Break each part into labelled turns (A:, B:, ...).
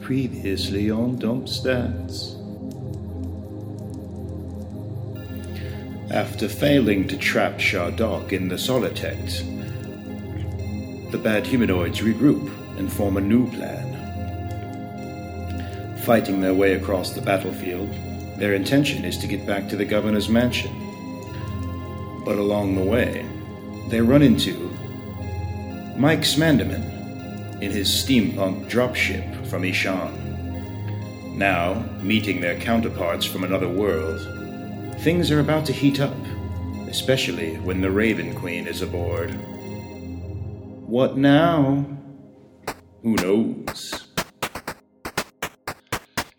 A: previously on Dump Stats. After failing to trap Shardok in the Solitex, the bad humanoids regroup and form a new plan. Fighting their way across the battlefield, their intention is to get back to the governor's mansion. But along the way, they run into Mike Smandeman in his steampunk dropship from Ishan. Now, meeting their counterparts from another world, things are about to heat up, especially when the Raven Queen is aboard. What now? Who knows?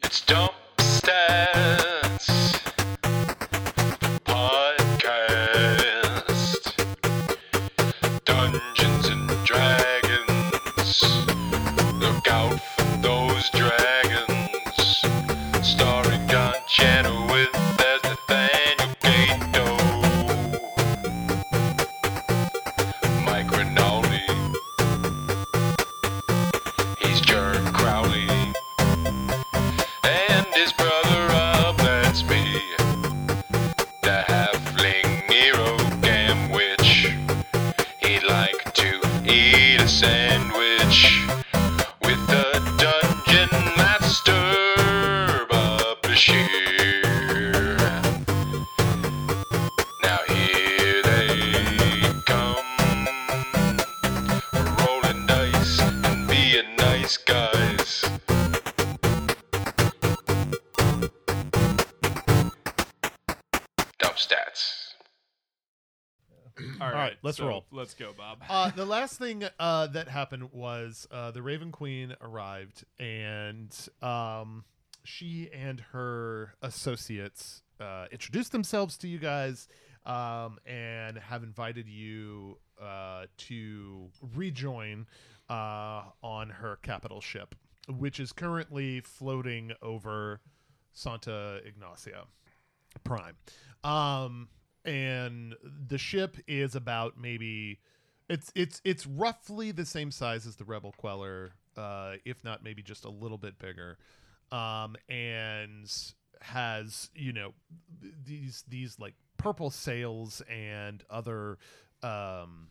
B: It's Dump Stats Podcast Dungeons and Dragons. Look out for those dragons. Starring John Channel with as Nathaniel Gato. Mike Rinaldi. He's Jerk Crowley and his brother Rob, that's me. The halfling Nero Gamwich. He'd like to eat a sandwich with the dungeon master, Bob Bashir. Now here they come. We're rolling dice and being nice guys. Dump stats.
C: All
D: right, let's
C: so
D: roll.
C: Let's go, Bob.
D: uh, the last thing uh, that happened was uh, the Raven Queen arrived, and um, she and her associates uh, introduced themselves to you guys um, and have invited you uh, to rejoin uh, on her capital ship, which is currently floating over Santa Ignacia Prime. Um, and the ship is about maybe it's it's it's roughly the same size as the Rebel Queller, uh, if not maybe just a little bit bigger, um, and has you know th- these these like purple sails and other um,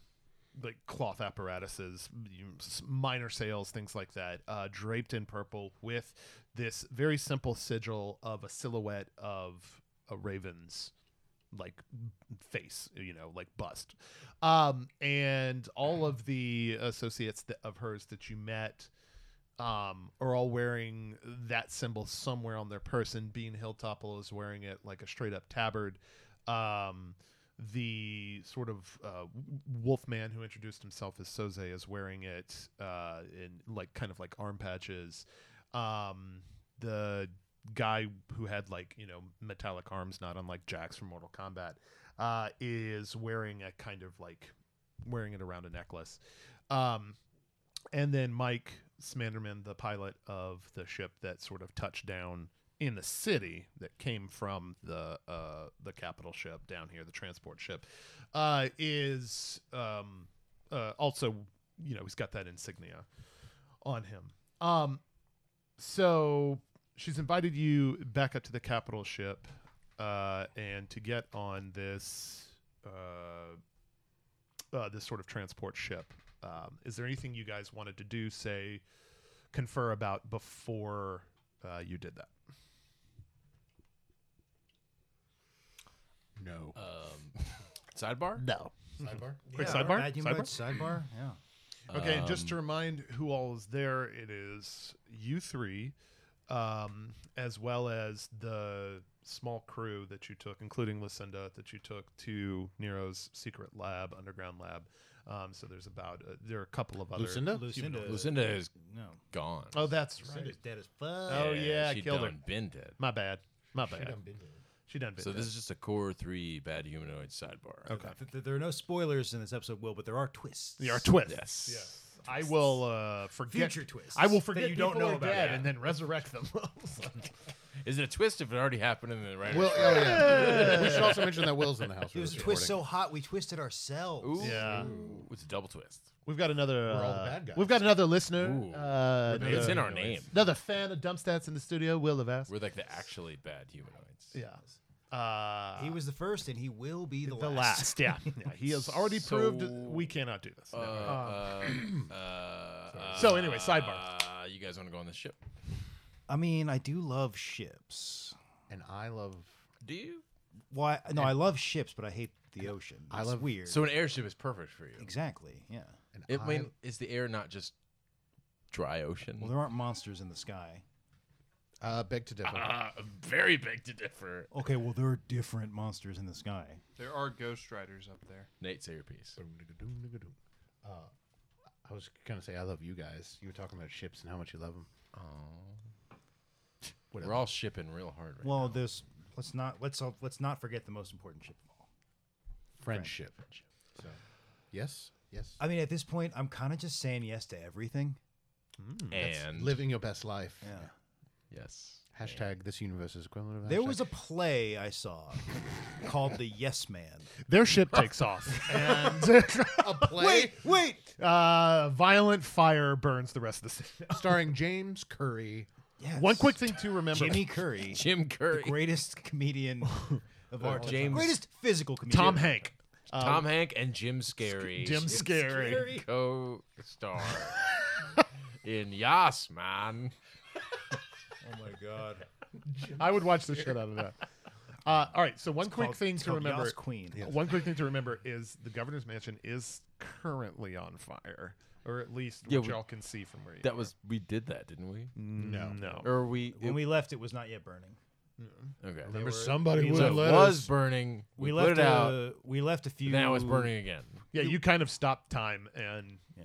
D: like cloth apparatuses, you- s- minor sails, things like that, uh, draped in purple with this very simple sigil of a silhouette of a raven's like face, you know, like bust. Um, and all of the associates that, of hers that you met um, are all wearing that symbol somewhere on their person. Bean Hilltopple is wearing it like a straight up tabard. Um, the sort of uh, wolfman who introduced himself as Soze is wearing it uh, in like kind of like arm patches. Um, the guy who had like you know metallic arms, not unlike Jax from Mortal Kombat, uh, is wearing a kind of like wearing it around a necklace. Um, and then Mike Smanderman, the pilot of the ship that sort of touched down in the city that came from the uh, the capital ship down here, the transport ship, uh, is um, uh, also you know he's got that insignia on him. Um, so she's invited you back up to the capital ship uh, and to get on this uh, uh, this sort of transport ship. Um, is there anything you guys wanted to do, say, confer about before uh, you did that?
E: No.
F: Um, sidebar?
D: No.
E: Sidebar?
D: Quick sidebar?
E: Add you
D: Sidebar?
E: might sidebar? Yeah.
D: Okay, and just to
F: Um,
D: remind who all is there, it is you three, um, as well as the small crew that you took, including Lucinda, that you took to Nero's secret lab, underground lab. Um, so there's about uh, there are a couple of other
F: Lucinda?
E: Lucinda.
F: Lucinda is
E: No.
F: gone.
D: Oh, that's right.
E: Lucinda's dead as fuck.
D: Oh, yeah, I
F: she
D: killed her.
F: done Been dead.
D: My bad. My
E: She
D: bad.
E: done been dead.
D: She done been.
F: So
D: dead.
F: this is just a core three bad humanoid sidebar.
D: Oh, Okay.
E: Th- th- There are no spoilers in this episode, Will, but there are twists.
D: They are twins.
F: Yes.
D: I
E: twists.
D: will uh, forget.
E: Future twists
D: I will
E: that
D: forget
E: you don't
D: people
E: know
D: are
E: about.
D: dead
E: Yeah.
D: and then resurrect them.
F: Is it a twist if it already happened in the right?
G: Will, oh, yeah. we should also mention that Will's in the house.
E: It was a twist so hot we twisted ourselves.
F: Ooh.
D: yeah,
F: It's a double twist.
D: we've got another.
G: We're all the
D: uh,
G: bad guys.
D: We've got another listener.
F: Ooh.
D: Uh,
F: it's
D: another-
F: in our name.
D: Another fan of Dumpstats in the studio, Will Levesque.
F: We're like the actually bad humanoids.
D: yeah. Uh,
E: He was the first, and he will be the,
D: the last. Yeah. yeah. He has already
F: So-
D: proved we cannot do this.
F: Uh, uh, uh,
D: So anyway, sidebar.
F: Uh, you guys want to go on this ship?
E: I mean, I do love ships.
G: And I love.
F: Do you?
E: Why? no, I love ships, but I hate the ocean.
G: I
E: It's
G: love-
E: weird.
F: So an airship is perfect for you.
E: exactly, yeah.
G: And
F: It, I
G: I-
F: mean, is the air not just dry ocean?
E: Well, there aren't monsters in the sky.
G: uh, beg to differ.
F: Ah, very big to differ.
E: Okay, well, there are different monsters in the sky.
C: There are ghost riders up there.
F: Nate, say your piece.
G: Uh, I was gonna say I love you guys. You were talking about ships and how much you love them.
F: Oh. We're all shipping real hard right now.
E: Well, there's let's not let's all, let's not forget the most important ship of all.
G: Friendship. So, yes, yes.
E: I mean, at this point, I'm kind of just saying yes to everything.
F: and
G: Living your best life.
E: Yeah.
F: yes.
G: Hashtag this universe is equivalent of.
E: There
G: hashtag-
E: was a play I saw called The Yes Man.
D: Their ship takes off, and
G: a play
E: wait.
D: uh, violent fire burns the rest of the city.
G: starring James Curry.
E: Yes.
D: One quick thing to remember:
E: Jimmy Curry,
F: Jim Curry.
E: greatest comedian of our time,
F: James-
E: greatest physical comedian.
D: Tom Hank,
F: Tom Hank and Jim Scary.
D: Jim Scary.
F: co-star in Yas Man.
E: Oh my God.
D: I would watch the shit out of that. Uh, all right, so one quick
E: called-
D: thing
E: it's
D: to
E: called
D: remember.
E: Yas Queen. Yes.
D: One quick thing to remember is the governor's mansion is currently on fire, or at least
F: Yeah,
D: what
F: we-
D: y'all can see from where you.
F: That was we did that, didn't we?
D: no, no.
F: Or Mm. we,
E: When we left, it was not yet burning.
F: okay.
G: Remember, somebody
E: we
G: would
F: So
G: have
F: it
G: let
F: was
G: us.
F: burning. We,
E: We,
F: put
E: left.
F: it out.
E: uh, we left a few.
F: now it's burning again.
D: Yeah, you kind of stopped time and
E: Yeah.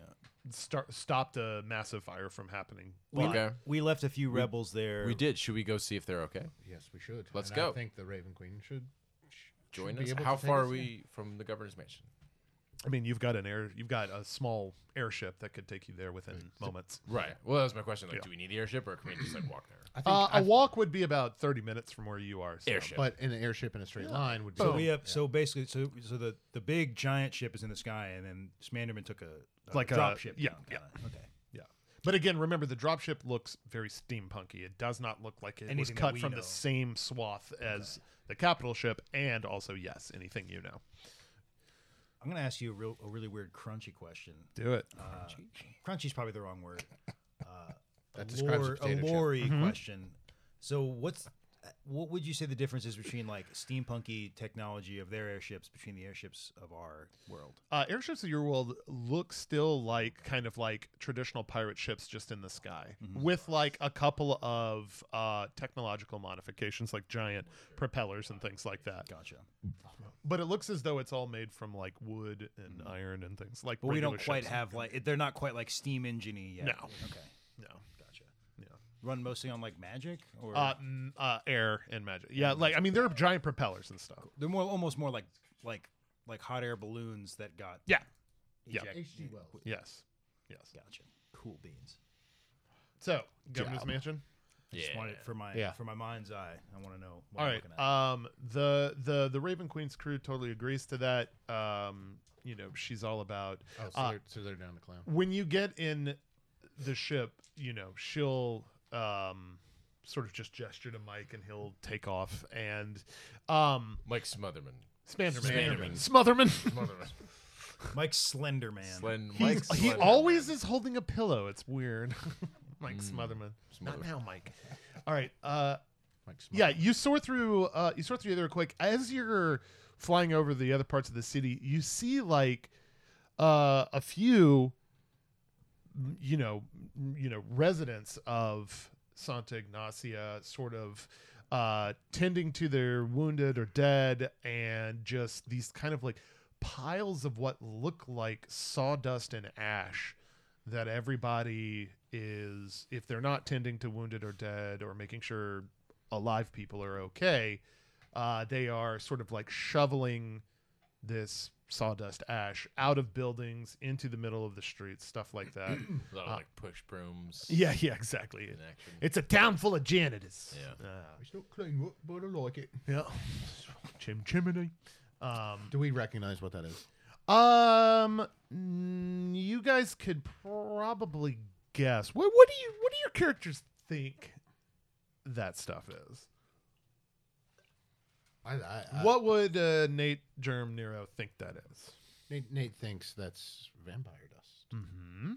D: start, stopped a massive fire from happening.
E: We,
F: Okay.
E: we left a few rebels there.
F: We did. Should we go see if they're okay?
G: Yes, we should.
F: Let's
G: And
F: go.
G: I think the Raven Queen should sh-
F: Join
G: should be
F: us.
G: able
F: How
G: to take
F: far
G: us,
F: are we
G: yeah.
F: from the governor's mansion?
D: I mean, you've got an air, you've got a small airship that could take you there within moments.
F: Right. Well, that was my question. Like, do we need the airship, or can we just like walk there?
G: I think
D: Uh, a
G: I've-
D: walk would be about thirty minutes from where you are. So.
F: Airship.
G: but in an airship in a straight line would be.
D: Oh.
E: So we have, so basically so so the the big giant ship is in the sky and then Smanderman took a, a
D: Like a-
E: drop ship.
D: yeah,
E: down, kinda. Okay.
D: Yeah. But again, remember the dropship looks very steampunky. It does not look like it was
E: Anything that
D: cut
E: we
D: from
E: know.
D: the same swath as the capital ship, and also yes, anything you know.
E: I'm gonna ask you a real a really weird crunchy question. Uh,
D: Do it.
E: Crunchy's probably the wrong word. Uh,
G: that
E: a
G: describes
E: lore-
G: a potato
E: a
G: chip.
E: lorry
D: Mm-hmm.
E: question. So what's what would you say the difference is between like steampunky technology of their airships between the airships of our world?
D: Uh, airships of your world look still like kind of like traditional pirate ships, just in the sky,
E: Mm-hmm.
D: with like a couple of uh, technological modifications, like giant propellers and things like that.
E: Gotcha.
D: But it looks as though it's all made from like wood and iron and things like.
E: Mm. But we don't
D: regular
E: quite
D: ships.
E: have like they're not quite like steam engine yet.
D: No.
E: Okay.
D: No. Gotcha. Yeah.
E: Run mostly on like magic or
D: uh, m- uh, air and magic. Yeah, like I mean, they're giant propellers and stuff.
E: They're more almost more like like like hot air balloons that got
D: Yeah. Yeah.
E: ejected.
G: H.G. Wells.
D: Yes. Yes.
E: Gotcha. Cool beans.
D: So governor's mansion.
F: yeah.
E: Just want it for my
G: Yeah.
E: for my mind's eye. I want to know. What
D: All
E: I'm
D: right.
E: looking at.
D: Um, the the the Raven Queen's crew totally agrees to that. Um, you know, she's all about.
G: Oh, so,
D: Uh,
G: they're, so they're down to clown.
D: when you get in the ship, you know, she'll um, sort of just gesture to Mike, and he'll take off. And um,
F: Mike Smotherman.
D: Spanderman,
F: Spanderman.
D: Smotherman.
F: Smotherman.
E: Mike Slenderman.
F: Slen-
D: He's-
F: Mike
D: he
F: Slenderman.
D: always is holding a pillow. It's weird. Mike
G: Mm.
D: Smotherman. Not
F: Smotherman.
D: now, Mike. All right. Uh,
G: Mike Smith.
D: yeah, you soar through. Uh, you soar through there quick. As you're flying over the other parts of the city, you see like uh, a few, m- you know, m- you know, residents of Santa Ignacia, sort of. Uh, tending to their wounded or dead, and just these kind of like piles of what look like sawdust and ash that everybody is if they're not tending to wounded or dead or making sure alive people are okay uh, they are sort of like shoveling this sawdust, ash out of buildings into the middle of the streets, stuff like that.
F: A lot of like push brooms.
D: yeah, yeah, exactly.
F: in action.
D: It's a town full of janitors. Uh,
F: Yeah.
G: It's not clean, wo- but I like it.
D: Yeah. Chim chimney. Um,
G: Do we recognize what that is?
D: um, mm, you guys could probably guess. What what do you what do your characters think that stuff is?
G: I, I, I
D: what would uh, Nate Germ Nero think that is?
G: Nate, Nate thinks that's vampire dust.
D: Mm-hmm.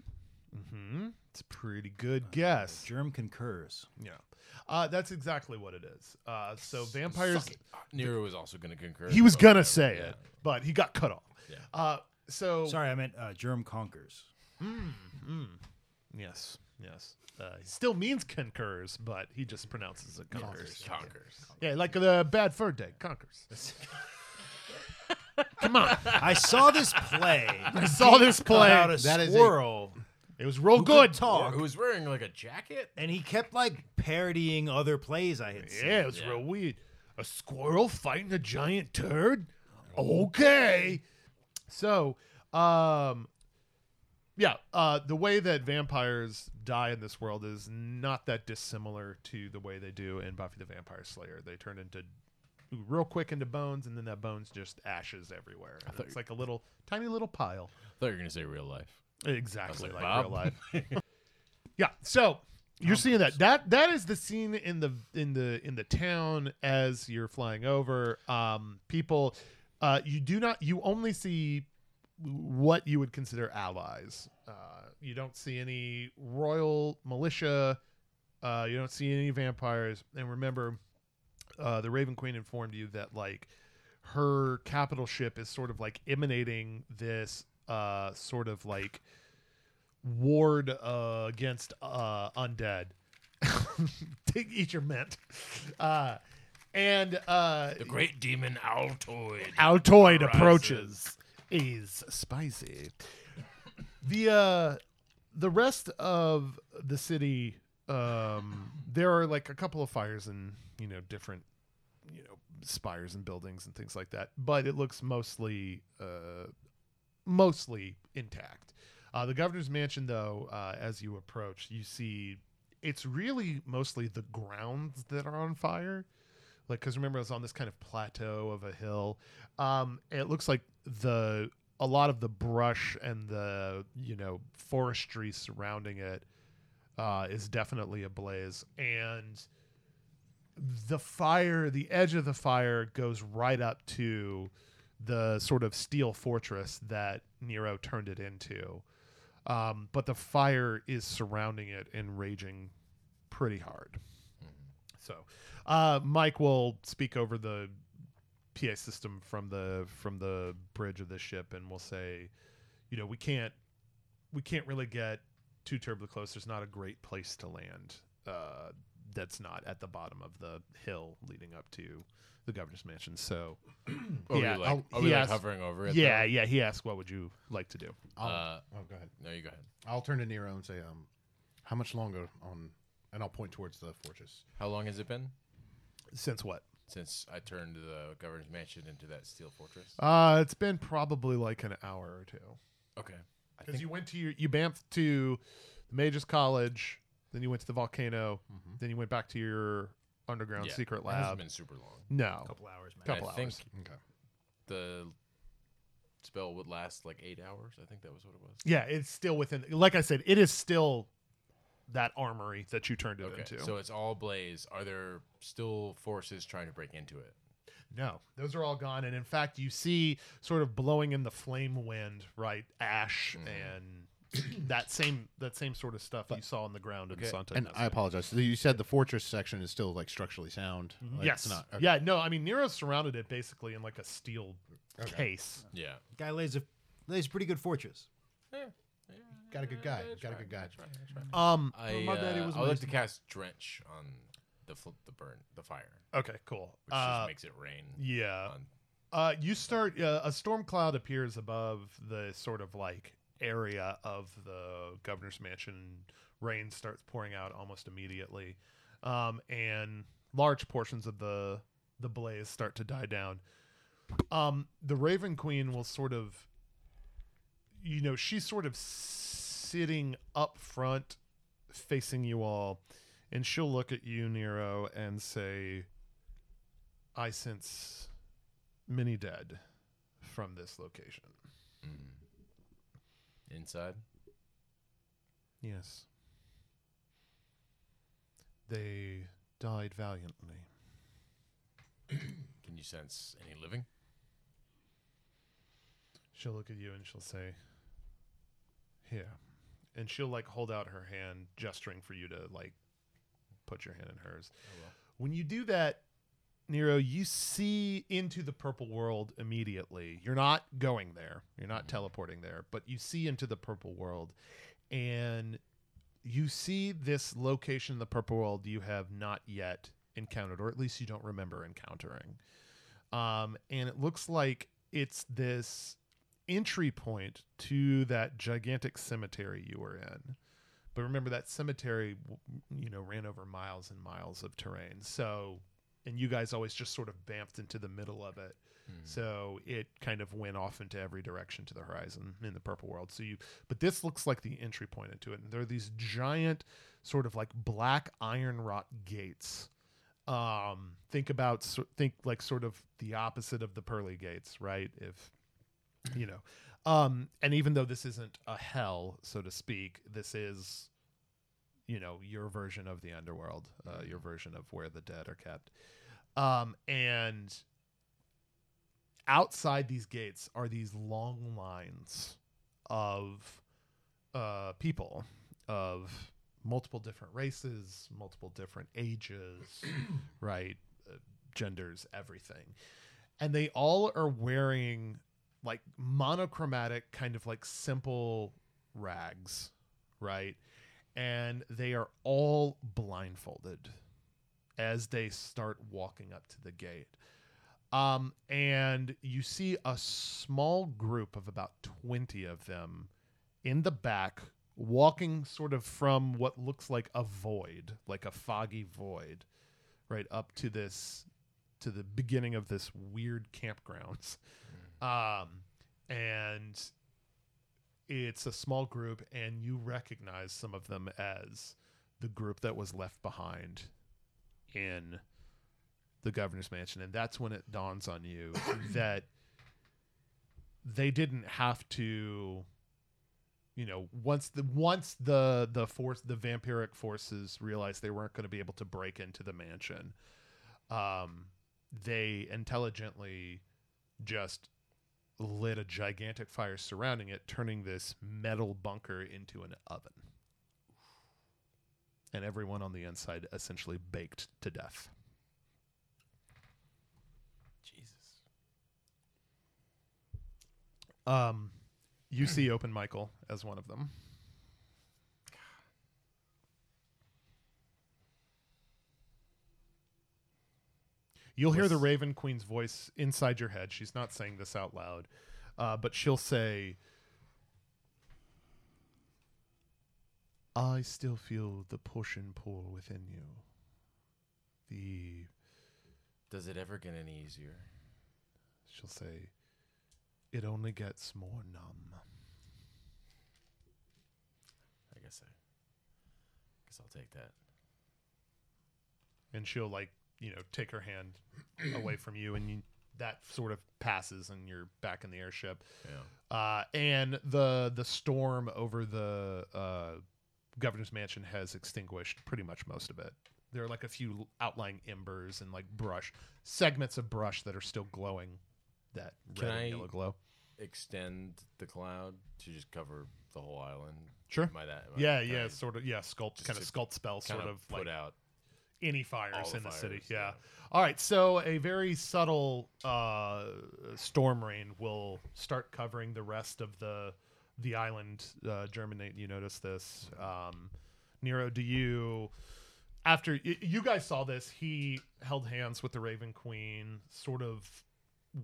D: Mm-hmm. It's a pretty good guess.
E: Germ concurs.
D: Yeah. Uh, that's exactly what it is. Uh, so vampires.
F: Nero was also going to concur. Oh,
D: He was
F: but
D: gonna
F: whatever,
D: say
F: yeah.
D: it, but he got cut off.
F: Yeah.
D: Uh, so
E: Sorry, I meant uh, germ conquers.
D: Yes, yes. Uh, he still means concurs, but he just pronounces it conquers.
F: Conkers.
D: Yeah, like the bad fur day conquers. Come on,
E: I saw this play
D: I saw this
E: about
D: play.
E: a
G: That is a-
E: squirrel
D: It was real
E: who could
D: good.
E: talk,
F: Who was wearing like a jacket?
E: and he kept like parodying other plays I had seen.
D: Yeah, it was real weird. A squirrel fighting a giant turd? Okay. So, um yeah, uh the way that vampires die in this world is not that dissimilar to the way they do in Buffy the Vampire Slayer. They turn into real quick into bones and then that bones just ashes everywhere. And It's like a little tiny little pile.
F: I thought you were going to say real life.
D: Exactly like,
F: like,
D: real
F: Bob.
D: life. yeah. So you're seeing that. That that is the scene in the in the in the town as you're flying over. Um, people, uh, you do not. You only see what you would consider allies. Uh, you don't see any royal militia. Uh, you don't see any vampires. And remember, uh, the Raven Queen informed you that like her capital ship is sort of like emanating this uh, sort of like ward uh, against uh, undead. Take eat your mint. Uh, and uh,
F: The great demon Altoid.
D: Altoid
F: Rises.
D: approaches is spicy. The uh, the rest of the city, um, there are like a couple of fires and you know different you know spires and buildings and things like that, but it looks mostly uh, mostly intact. Uh, the governor's mansion, though, uh, as you approach, you see it's really mostly the grounds that are on fire like because remember it's on this kind of plateau of a hill um and it looks like the a lot of the brush and the you know forestry surrounding it uh is definitely ablaze and the fire the edge of the fire goes right up to the sort of steel fortress that nero turned it into um, but the fire is surrounding it and raging pretty hard so, uh, Mike will speak over the PA system from the from the bridge of the ship, and will say, you know, we can't we can't really get too terribly close. There's not a great place to land. Uh, that's not at the bottom of the hill leading up to the governor's mansion. So,
F: Are
D: yeah,
F: we like,
D: I'll-
F: are we,
D: he
F: like,
D: asked-
F: hovering over it?
D: yeah, yeah. He asked, "What would you like to do?"
G: I'll,
F: Uh,
G: oh, go ahead.
F: though? No, you go ahead.
G: I'll turn to Nero and say, um, how much longer on, and I'll point towards the fortress.
F: How long has it been
D: Since what?
F: since I turned the governor's mansion into that steel fortress?
D: Uh, it's been probably like an hour or two.
F: Uh, okay. I
D: Because you went to your, you bamfed to the Mages College, then you went to the volcano, then you went back to your underground
F: yeah,
D: secret
F: It hasn't
D: lab.
F: been super long.
D: No,
E: A couple hours, man.
F: And
D: Couple
F: I think
D: hours.
G: Okay.
F: the spell would last like eight hours. I think that was what it was.
D: yeah, it's still within. Like I said, it is still that armory that you turned it
F: Okay,
D: into.
F: so it's all blaze. Are there still forces trying to break into it?
D: no, those are all gone, and in fact, you see sort of blowing in the flame wind, right? Ash and that same that same sort of stuff you saw on the ground in Santa.
G: And I apologize. So You said the fortress section is still like structurally sound. Like,
D: Mm-hmm. yes.
G: It's not, okay.
D: Yeah. No. I mean, Nero surrounded it basically in like a steel case.
F: Yeah.
E: Guy lays a lays a pretty good fortress.
G: Got a good guy. Got a good guy.
D: Um.
F: I,
E: my bad, it
F: uh,
E: was
F: I would like to
E: amazing.
F: cast drench on the fl- the burn the fire,
D: Okay, cool.
F: which
D: Uh,
F: just makes it rain.
D: yeah.
F: on-
D: Uh, you start. Uh, a storm cloud appears above the sort of like area of the governor's mansion. Rain starts pouring out almost immediately, um, and large portions of the the blaze start to die down. um, the Raven Queen will sort of, you know, she's sort of sitting up front, facing you all, and she'll look at you, Nero, and say, "I sense many dead from this location."
F: Inside.
D: Yes. They died valiantly.
F: Can you sense any living?
D: She'll look at you and she'll say, "Here," and she'll like hold out her hand, gesturing for you to like put your hand in hers. When you do that, Nero, you see into the purple world immediately. You're not going there. You're not teleporting there, but you see into the purple world, and you see this location in the purple world you have not yet encountered, or at least you don't remember encountering. Um, and it looks like it's this entry point to that gigantic cemetery you were in. But remember that cemetery, w- you know, ran over miles and miles of terrain. So, and you guys always just sort of bamfed into the middle of it. So it kind of went off into every direction to the horizon in the purple world. So you, but this looks like the entry point into it. And there are these giant, sort of like black iron wrought gates um think about so- think like sort of the opposite of the pearly gates right if you know um and even though this isn't a hell so to speak this is you know your version of the underworld uh, your version of where the dead are kept um and outside these gates are these long lines of uh people of multiple different races multiple different ages right? Uh, genders, everything. And they all are wearing like monochromatic, kind of like simple rags, right? And they are all blindfolded as they start walking up to the gate. Um, and you see a small group of about 20 of them in the back walking sort of from what looks like a void, like a foggy void right up to this to the beginning of this weird campgrounds um and it's a small group and you recognize some of them as the group that was left behind in the governor's mansion and that's when it dawns on you that they didn't have to you know once the once the the force the vampiric forces realized they weren't going to be able to break into the mansion um they intelligently just lit a gigantic fire surrounding it turning this metal bunker into an oven and everyone on the inside essentially baked to death
F: Jesus.
D: um you see open michael as one of them You'll hear the
F: Was-
D: Raven Queen's voice inside your head. She's not saying this out loud, uh, but she'll say, I still feel the push and pull within you. The,
F: Does it ever get any easier?
D: she'll say, it only gets more numb.
F: I guess I. Guess I'll take that.
D: and she'll like you know take her hand away from you and you, that sort of passes and you're back in the airship
F: Yeah.
D: uh, and the the storm over the uh, governor's mansion has extinguished pretty much most of it there are like a few outlying embers and like brush segments of brush that are still glowing that
F: Can
D: red and
F: I-
D: yellow glow
F: Extend the cloud to just cover the whole island.
D: Sure.
F: Am I that? am I-
D: yeah
F: Oh, can
D: yeah
F: I
D: sort of yeah sculpt
F: Just
D: kind of
F: to
D: sculpt spell
F: kind
D: sort of
F: put
D: like
F: out.
D: any fires
F: All the
D: in the city.
F: fires,
D: Yeah.
F: yeah.
D: All right. So a very subtle uh, storm rain will start covering the rest of the the island. Uh, germinate. You notice this, um, Nero? Do you? After y- you guys saw this, he held hands with the Raven Queen. Sort of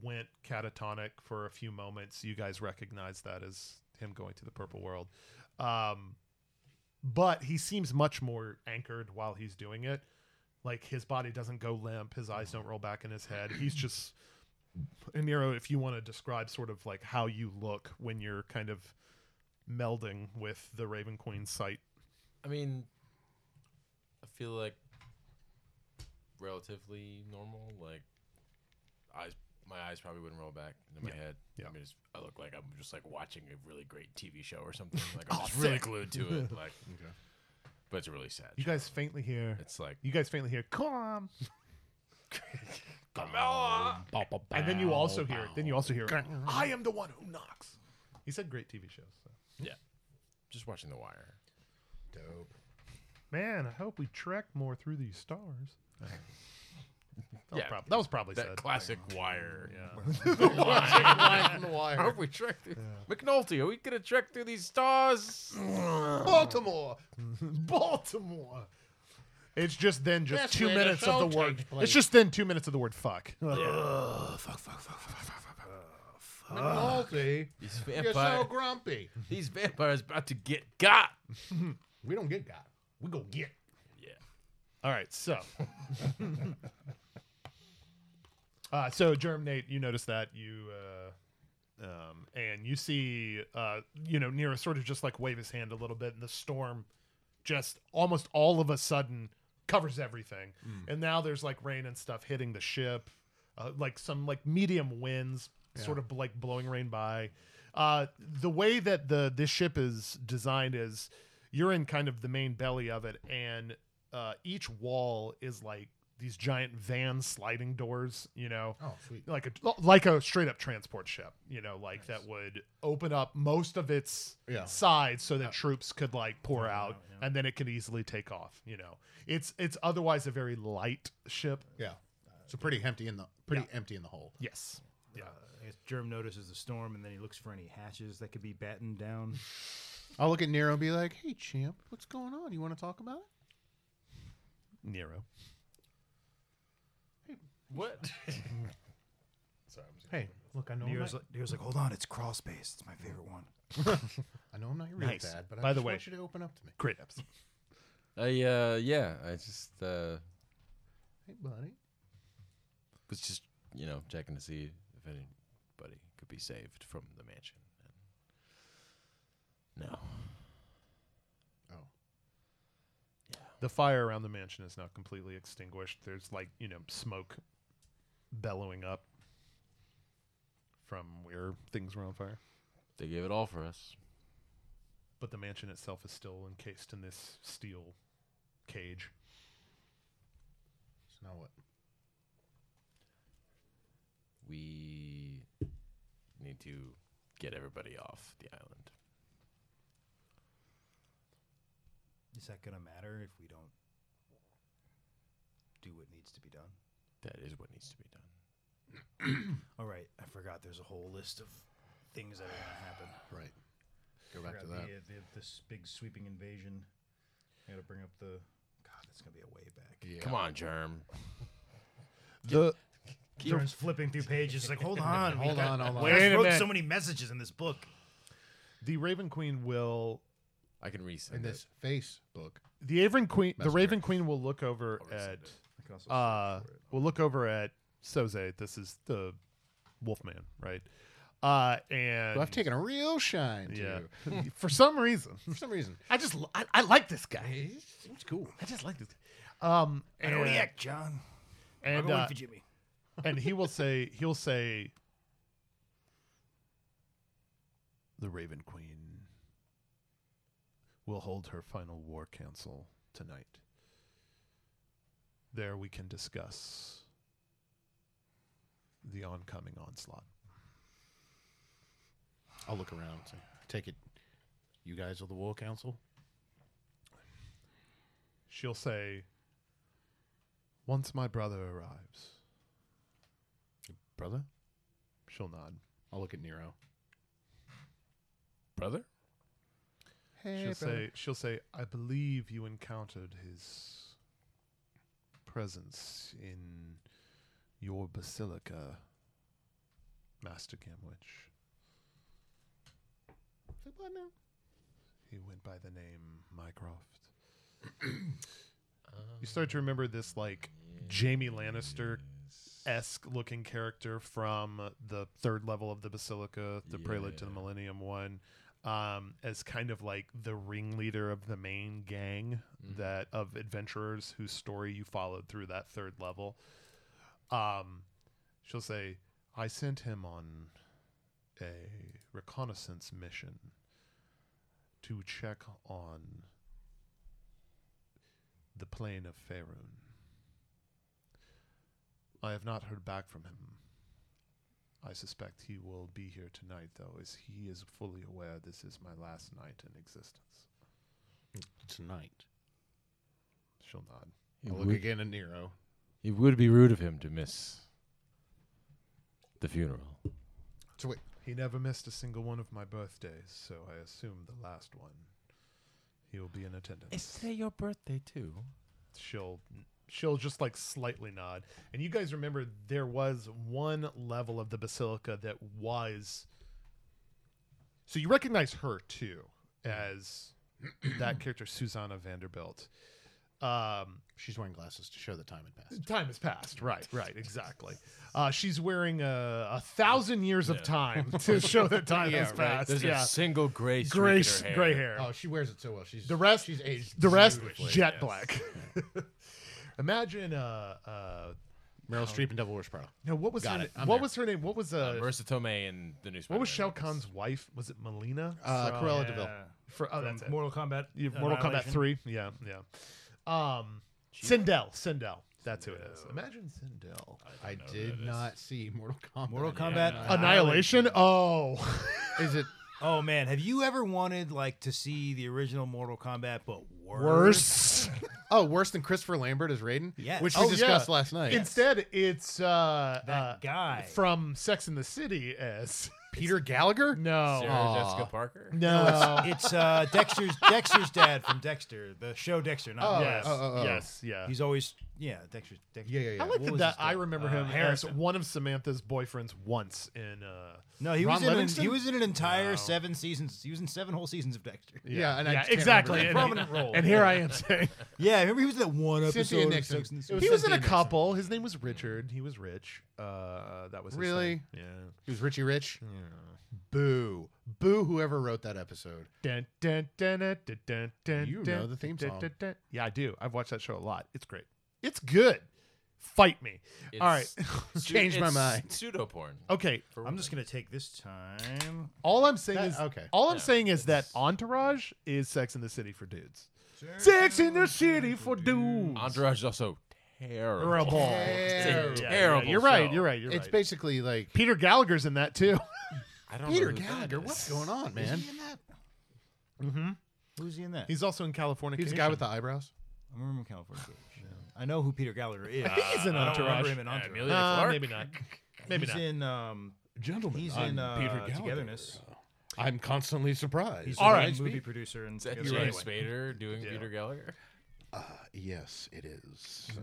D: went catatonic for a few moments. You guys recognize that as him going to the purple world. Um, but he seems much more anchored while he's doing it. Like his body doesn't go limp, his eyes don't roll back in his head. He's just and Nero, if you want to describe sort of like how you look when you're kind of melding with the Raven Queen sight.
F: I mean, I feel like relatively normal. Like eyes, my eyes probably wouldn't roll back into my head.
D: Yeah.
F: I mean, it's, I look like I'm just like watching a really great TV show or something. Like
D: Oh,
F: I'm just really glued to it. Like, but it's a really sad.
D: You
F: show.
D: guys faintly hear.
F: it's like
D: You guys faintly hear. Come.
F: Carmella.
D: And then you also hear it. Then you also hear it. I am the one who knocks. He said great TV shows. So.
F: Yeah, just watching The Wire.
G: Dope.
D: Man, I hope we trek more through these stars. That, was
F: Yeah.
D: prob- that was probably
F: That
D: said.
F: classic Wire.
D: yeah.
G: the
F: I
G: wire.
F: hope we trek through. McNulty, are we gonna trek through these stars?
G: Baltimore. Baltimore.
D: It's just then just
G: That's
D: two
G: where the
D: minutes of the
G: show
D: word.
G: takes place.
D: It's just then two minutes of the word fuck.
G: McNulty.
F: These
G: You're
F: vampires,
G: so grumpy.
F: these vampires about to get got.
G: We don't get got. We go get.
F: Yeah.
D: All right, so. uh, so, Germ Nate, you notice that you, uh, um, and you see, uh, you know, Nero sort of just like wave his hand a little bit, and the storm just almost all of a sudden covers everything. And now there's like rain and stuff hitting the ship, uh, like some like medium winds, sort of like blowing rain by. Uh, the way that the this ship is designed is you're in kind of the main belly of it, and uh, each wall is like these giant van sliding doors, you know,
G: Oh, sweet.
D: like a like a straight up transport ship, you know, like that would open up most of its
G: Yeah.
D: sides so that troops could like pour out, and then it could easily take off. You know, it's it's otherwise a very light ship.
G: Yeah. So pretty empty in the pretty empty in the hole.
D: Yes. Yeah.
E: I guess Germ notices the storm and then he looks for any hatches that could be battened down.
G: I'll look at Nero and be like, "Hey, champ, what's going on? You want to talk about it?"
D: Nero.
F: What?
G: Hey, look, I know I'm
E: Nero's
G: not,
E: like, Nero's like, hold on, it's crawl space. It's my favorite one.
G: I know I'm not your real
D: Nice.
G: dad, but I
D: By the
G: just
D: way-
G: want you to open up to me.
D: Great episode.
F: I uh yeah, I just uh
G: Hey, buddy.
F: was just you know checking to see if anybody could be saved from the mansion. No.
G: Oh.
D: The fire around the mansion is not completely extinguished. There's like, you know, smoke bellowing up from where things were on fire.
F: They gave it all for us.
D: But the mansion itself is still encased in this steel cage.
G: So now what?
F: We need to get everybody off the island.
E: Is that going to matter if we don't do what needs to be done?
F: That is what needs to be done.
E: All right, I forgot there's a whole list of things that are going to happen.
G: Right. Go back to that.
E: The, uh, the, this big sweeping invasion. I got to bring up the. God, that's going to be a way back.
G: Yeah.
F: Come on, Germ.
D: The
E: Kieran's flipping through pages like, hold on,
G: Hold on, hold on.
E: I
D: Wait a
E: wrote
D: minute.
E: so many messages in this book.
D: the Raven Queen will
F: I can resend
G: In
F: this.
G: this Facebook.
D: the Raven Queen the
G: Messenger.
D: Raven Queen will look over
G: Oh,
D: at uh will look over at Soze. This is the Wolfman, right? Uh and
G: I've taken a real shine to
D: yeah.
G: you.
D: For some reason.
G: for some reason.
D: I just I, I like this guy.
G: Seems cool.
D: I just like this. Um,
E: I
D: and,
E: know react, John. I'm
D: and,
E: going
D: uh,
E: for Jimmy.
D: and he will say he'll say the Raven Queen will hold her final war council tonight. There we can discuss the oncoming onslaught.
G: I'll look around. So take it. You guys are the War Council.
D: She'll say, "Once my brother arrives."
G: Brother?
D: She'll nod.
G: I'll look at Nero.
F: Brother?
G: Hey,
D: she'll say she'll say i believe you encountered his presence in your basilica master camwich he went by the name mycroft you start to remember this like jamie lannister esque looking character from the third level of the Basilica, the Prelude to the
F: Yeah.
D: Millennium one, um, as kind of like the ringleader of the main gang that of adventurers whose story you followed through that third level. Um, she'll say, "I sent him on a reconnaissance mission to check on the plane of Faerun. I have not heard back from him. I suspect he will be here tonight, though, as he is fully aware this is my last night in existence.
G: Tonight.
D: She'll nod.
G: I'll look again at Nero.
H: It would be rude of him to miss the funeral.
G: So wait.
D: He never missed a single one of my birthdays, so I assume the last one. He will be in attendance.
H: your birthday too?
D: she'll she'll just like slightly nod. And you guys remember there was one level of the basilica that was so you recognize her too
H: Mm.
D: as that character Susanna Vanderbilt. Um,
G: She's wearing glasses to show that time had passed.
D: time has passed. Right, right, exactly. Uh, she's wearing a, a thousand years of time to show that time has passed.
F: There's
D: yeah,
F: a single gray streak in
D: gray,
F: her hair.
D: gray hair.
G: Oh, she wears it so well. She's
D: The rest,
G: She's aged.
D: The rest,
G: beautifully.
D: jet
G: Yes.
D: black. Imagine, uh, uh,
G: Meryl Streep and Devil Wears Prada.
D: no, what was
G: Got
D: her?
G: it.
D: Name?
G: I'm
D: What
G: there.
D: was her name? What was uh,
F: Marissa Tomei in the new.
D: what was Shao
F: Spider-Man
D: Kahn's wife? Was it Melina?
G: Uh,
D: From-
G: Cruella Deville.
D: For, oh, that's it.
E: Mortal Kombat.
D: Yeah, Mortal Kombat
E: Annihilation.
D: Three. Yeah, yeah. Um, Sindel, Sindel. That's who it is. Imagine Sindel.
G: I did not see Mortal Kombat.
E: Mortal Kombat.
D: Annihilation. Oh,
G: Is it?
E: Oh man, have you ever wanted like to see the original Mortal Kombat but worse?
D: worse.
G: Oh, worse than Christopher Lambert as Raiden.
E: Yes.
G: which we
E: Oh,
D: yeah.
G: discussed last night.
D: Instead, it's uh,
E: That
D: uh,
E: guy.
D: from Sex in the City as
G: Peter Gallagher.
D: no,
F: Sarah
G: Aw.
F: Jessica Parker.
D: no.
E: It's uh, Dexter's Dexter's dad from Dexter, the show Dexter. Not
G: Oh,
D: yes,
G: oh, oh, oh.
D: yes, yeah.
E: he's always yeah Dexter's Dexter.
G: Yeah, yeah, yeah.
D: I like
E: What
D: that,
E: was
D: that
E: his
D: I
E: name?
D: remember
E: Uh,
D: him as
E: Harrison.
D: one of Samantha's boyfriends once in uh
E: No, he
D: Ron
E: was in an,
D: Livingston?
E: he was in an entire
D: No.
E: seven seasons. He was in seven whole seasons of Dexter.
G: yeah, and I
D: yeah,
G: just can't
D: exactly.
G: remember
D: And,
G: the
E: Prominent role.
D: and here I am saying
E: Yeah, I remember he was in that one episode.
G: Cynthia
E: of
G: Nixon.
E: Sex and the
G: It was
E: City.
D: he was in a
G: Cynthia Nixon.
D: couple. His name was Richard. He was rich. Uh that was his
G: Really?
D: thing.
G: He was Richie Rich. Boo, boo! Whoever wrote that episode.
D: Dun, dun, dun, dun, dun, dun, dun,
G: You
D: dun,
G: know the theme
D: dun,
G: song.
D: dun, dun. Yeah, I do. I've watched that show a lot. It's great. It's good. Fight me. All right.
F: It's- Pseu-
G: Changed my
F: it's
G: mind.
F: Pseudo porn.
D: Okay.
F: for
E: I'm just
F: women.
E: gonna take this time.
D: All I'm saying
G: That-
D: is
G: okay.
D: All I'm
F: Yeah,
D: saying is that Entourage is Sex in the City for dudes. Sex in the City for dudes.
F: Entourage is also terrible. It's a
G: Terrible.
D: Yeah,
F: terrible.
D: yeah, you're right.
F: show.
D: You're right. You're
G: It's
D: right.
G: basically like
D: Peter Gallagher's in that too.
F: I don't
G: Peter
F: know who that
G: Gallagher.
F: is.
G: What's going on, man? He's
E: Who's he in that?
D: He's also in California.
G: the guy with the eyebrows.
E: I remember him from California Cage. I know who Peter Gallagher is.
D: I think he's in
E: I don't
D: Entourage.
E: remember him in
F: Uh,
E: Entourage.
F: Amelia Clarke?
D: maybe not. Maybe
E: he's
D: not.
E: in um,
G: Gentlemen,
E: he's in uh, Togetherness.
G: I'm constantly surprised.
E: He's
D: All
E: a
D: right.
E: movie producer and
F: Is that
E: Together-
F: James
E: anyway.
F: Spader doing Peter Gallagher?
G: Uh, Yes, it is. Uh,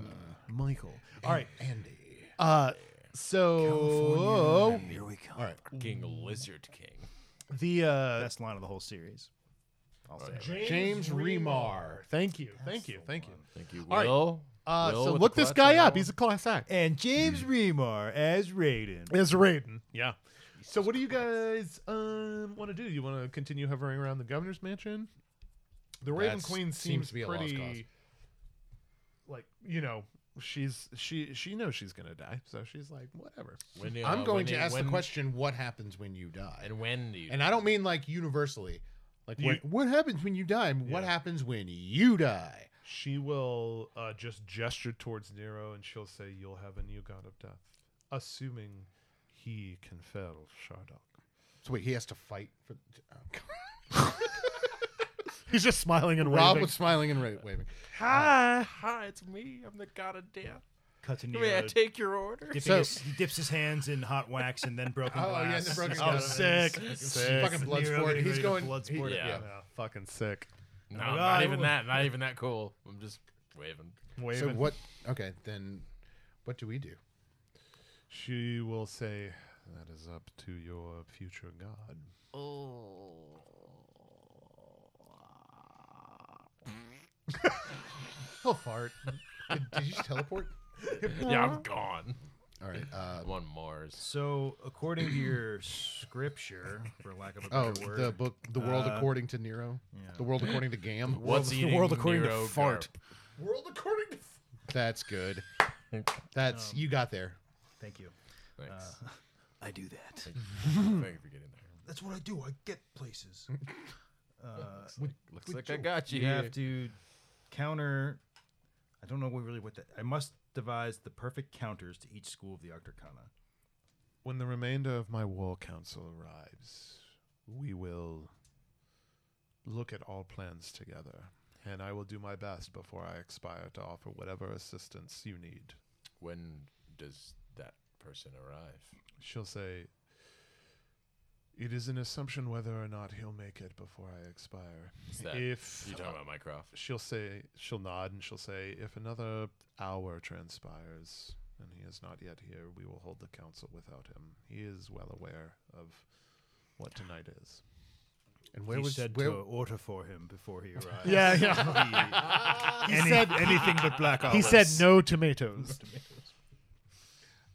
D: Michael. Mm. All right.
G: Andy.
D: Uh, so
E: Here we come.
G: All right.
F: King Lizard King.
D: the uh,
E: Best line of the whole series. I'll say. it.
G: James Remar.
D: thank you, thank you, thank you.
F: Thank you, Will.
D: right. Uh,
F: Will
D: so
F: with
D: look
F: the
D: this
F: clutch
D: guy
F: on that
D: up.
F: one.
D: He's a class act.
E: And James Remar as Raiden.
D: Is Raiden. Yeah. So what do you guys um want to do? You want to continue hovering around the governor's mansion? The Raven
G: That's-
D: Queen
G: seems
D: seems,
G: to be a lost
D: pretty
G: cause.
D: like, you know, she's she she knows she's going to die. So she's like, whatever.
F: When do-
G: I'm
F: uh,
G: going
F: when
G: to
F: do-
G: ask
F: when-
G: the question: What happens when you die? And,
F: And when do you?
G: I don't mean like universally. Like
D: You-
G: when, what happens when you die? And What
D: Yeah.
G: happens when you die?
D: She will uh, just gesture towards Nero and she'll say, You'll have a new god of death. Assuming he can fell Shardock.
G: So wait, he has to fight for. Oh, God.
D: He's just smiling and
G: Rob was smiling and ra- waving.
F: Hi, hi, it's me. I'm the god of death.
E: Cut to Neo.
F: May I take your order?
E: dipping
G: So-
E: his, he dips his hands in hot wax and then broken
G: Oh,
E: glass.
G: yeah, and the broken
D: Oh,
G: glass.
D: sick. sick.
G: Fucking Bloodsport. He's going-
E: Bloodsport.
F: Yeah.
D: Yeah, fucking sick.
F: No,
E: God,
F: not
E: I
F: even
E: will-
F: that. Not even that cool. I'm just waving.
D: Waving.
G: So what? Okay, then, what do we do?
D: She will say, That is up to your future god.
G: He'll fart. did, did you just teleport?
F: Yeah, I'm gone.
G: All right. Uh,
F: I'm on Mars.
E: So, according to your scripture, for lack of a
G: oh,
E: better word,
G: the book, The World
E: Uh,
G: According to Nero.
E: yeah.
G: The World According to Gam.
F: What's
E: the
F: eating
E: world according to
F: Nero
E: fart.
F: Garp?
G: World According to. That's good. That's you got there.
E: thank you.
F: Thanks.
E: I do that.
F: Thank you for getting there.
E: That's what I do. I get places. uh,
F: Looks like, looks like I got you.
E: you have
F: here.
E: to counter. I don't know what really what that. I must devise the perfect counters to each school of the Octarcana.
D: When the remainder of my war council arrives, we will look at all plans together, and I will do my best before I expire to offer whatever assistance you need.
F: When does that person arrive?
D: She'll say, It is an assumption whether or not he'll make it before I expire.
F: Is that
D: if
F: you talking about Mycroft?
D: she'll say she'll nod and she'll say if another hour transpires and he is not yet here we will hold the council without him he is well aware of what tonight is
G: And where
E: he
G: was
E: said
G: where,
E: to order for him before he arrived.
D: yeah yeah
E: he said anything but black olives.
D: no tomatoes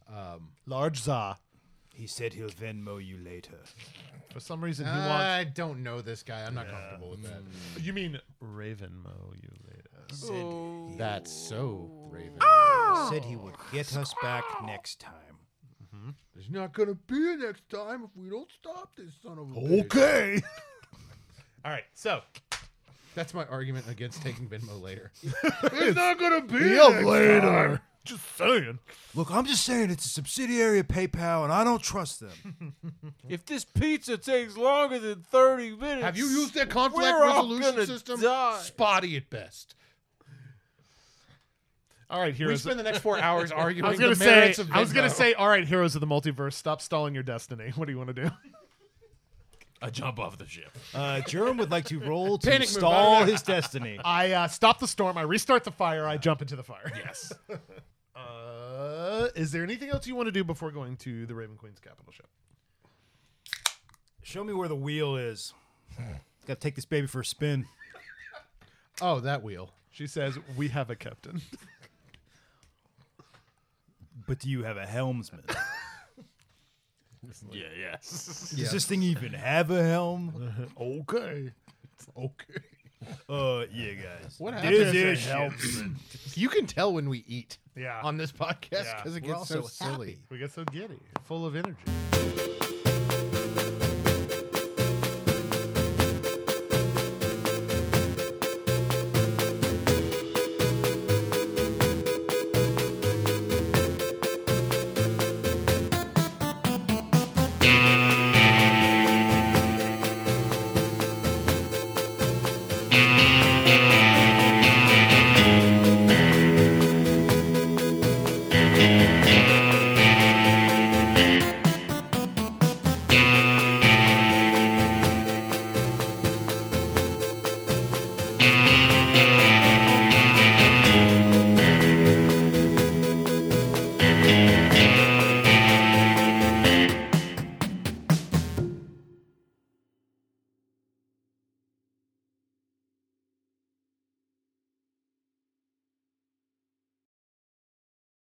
G: um,
D: large za
E: He said he'll Venmo you later.
D: for some reason he
G: Uh,
D: wants
G: I don't know this guy. I'm not comfortable with that.
D: you mean raven mo you later
E: Said,
G: That's so Raven.
E: said he would get us back next time.
G: There's not gonna be a next time if we don't stop this son of a. bitch.
D: okay
G: All right. So that's my argument against taking Venmo later. There's not gonna be a next time.
D: just saying
E: Look, I'm just saying it's a subsidiary of PayPal, and I don't trust them.
F: If this pizza takes longer than 30 minutes,
G: Have you used their conflict
F: We're all
G: resolution
F: gonna
G: system?
F: die.
G: Spotty at best.
D: all right
G: We
D: heroes
G: spend the next four hours arguing.
D: I was gonna
G: the
D: say,
G: merits of
D: I was gonna
G: Venmo.
D: say, all right, heroes of the multiverse, stop stalling your destiny. What do you want to do?
F: I jump off the ship.
E: Uh, Jerem would like to roll to
G: Panic move, I
E: stall
G: don't know.
E: his destiny.
D: I uh, stop the storm. I restart the fire. I jump into the fire. Yes. uh, is there anything else you want to do before going to the Raven Queen's capital ship?
E: Show me where the wheel is. Got to Hmm. take this baby for a spin.
G: Oh, that wheel.
D: She says, "We have a captain."
E: But do you have a helmsman?
F: yeah, yes.
E: Does this thing even have a helm?
D: okay.
G: Okay.
E: Uh, yeah, guys.
G: What
E: This
G: happened to
E: is
G: the
E: helm-
G: You can tell when we eat
D: Yeah.
G: on this podcast
D: Yeah.
G: because it
E: We're
G: gets
E: all
G: so
E: so
G: silly.
E: happy.
D: we get so giddy, full of energy.
E: All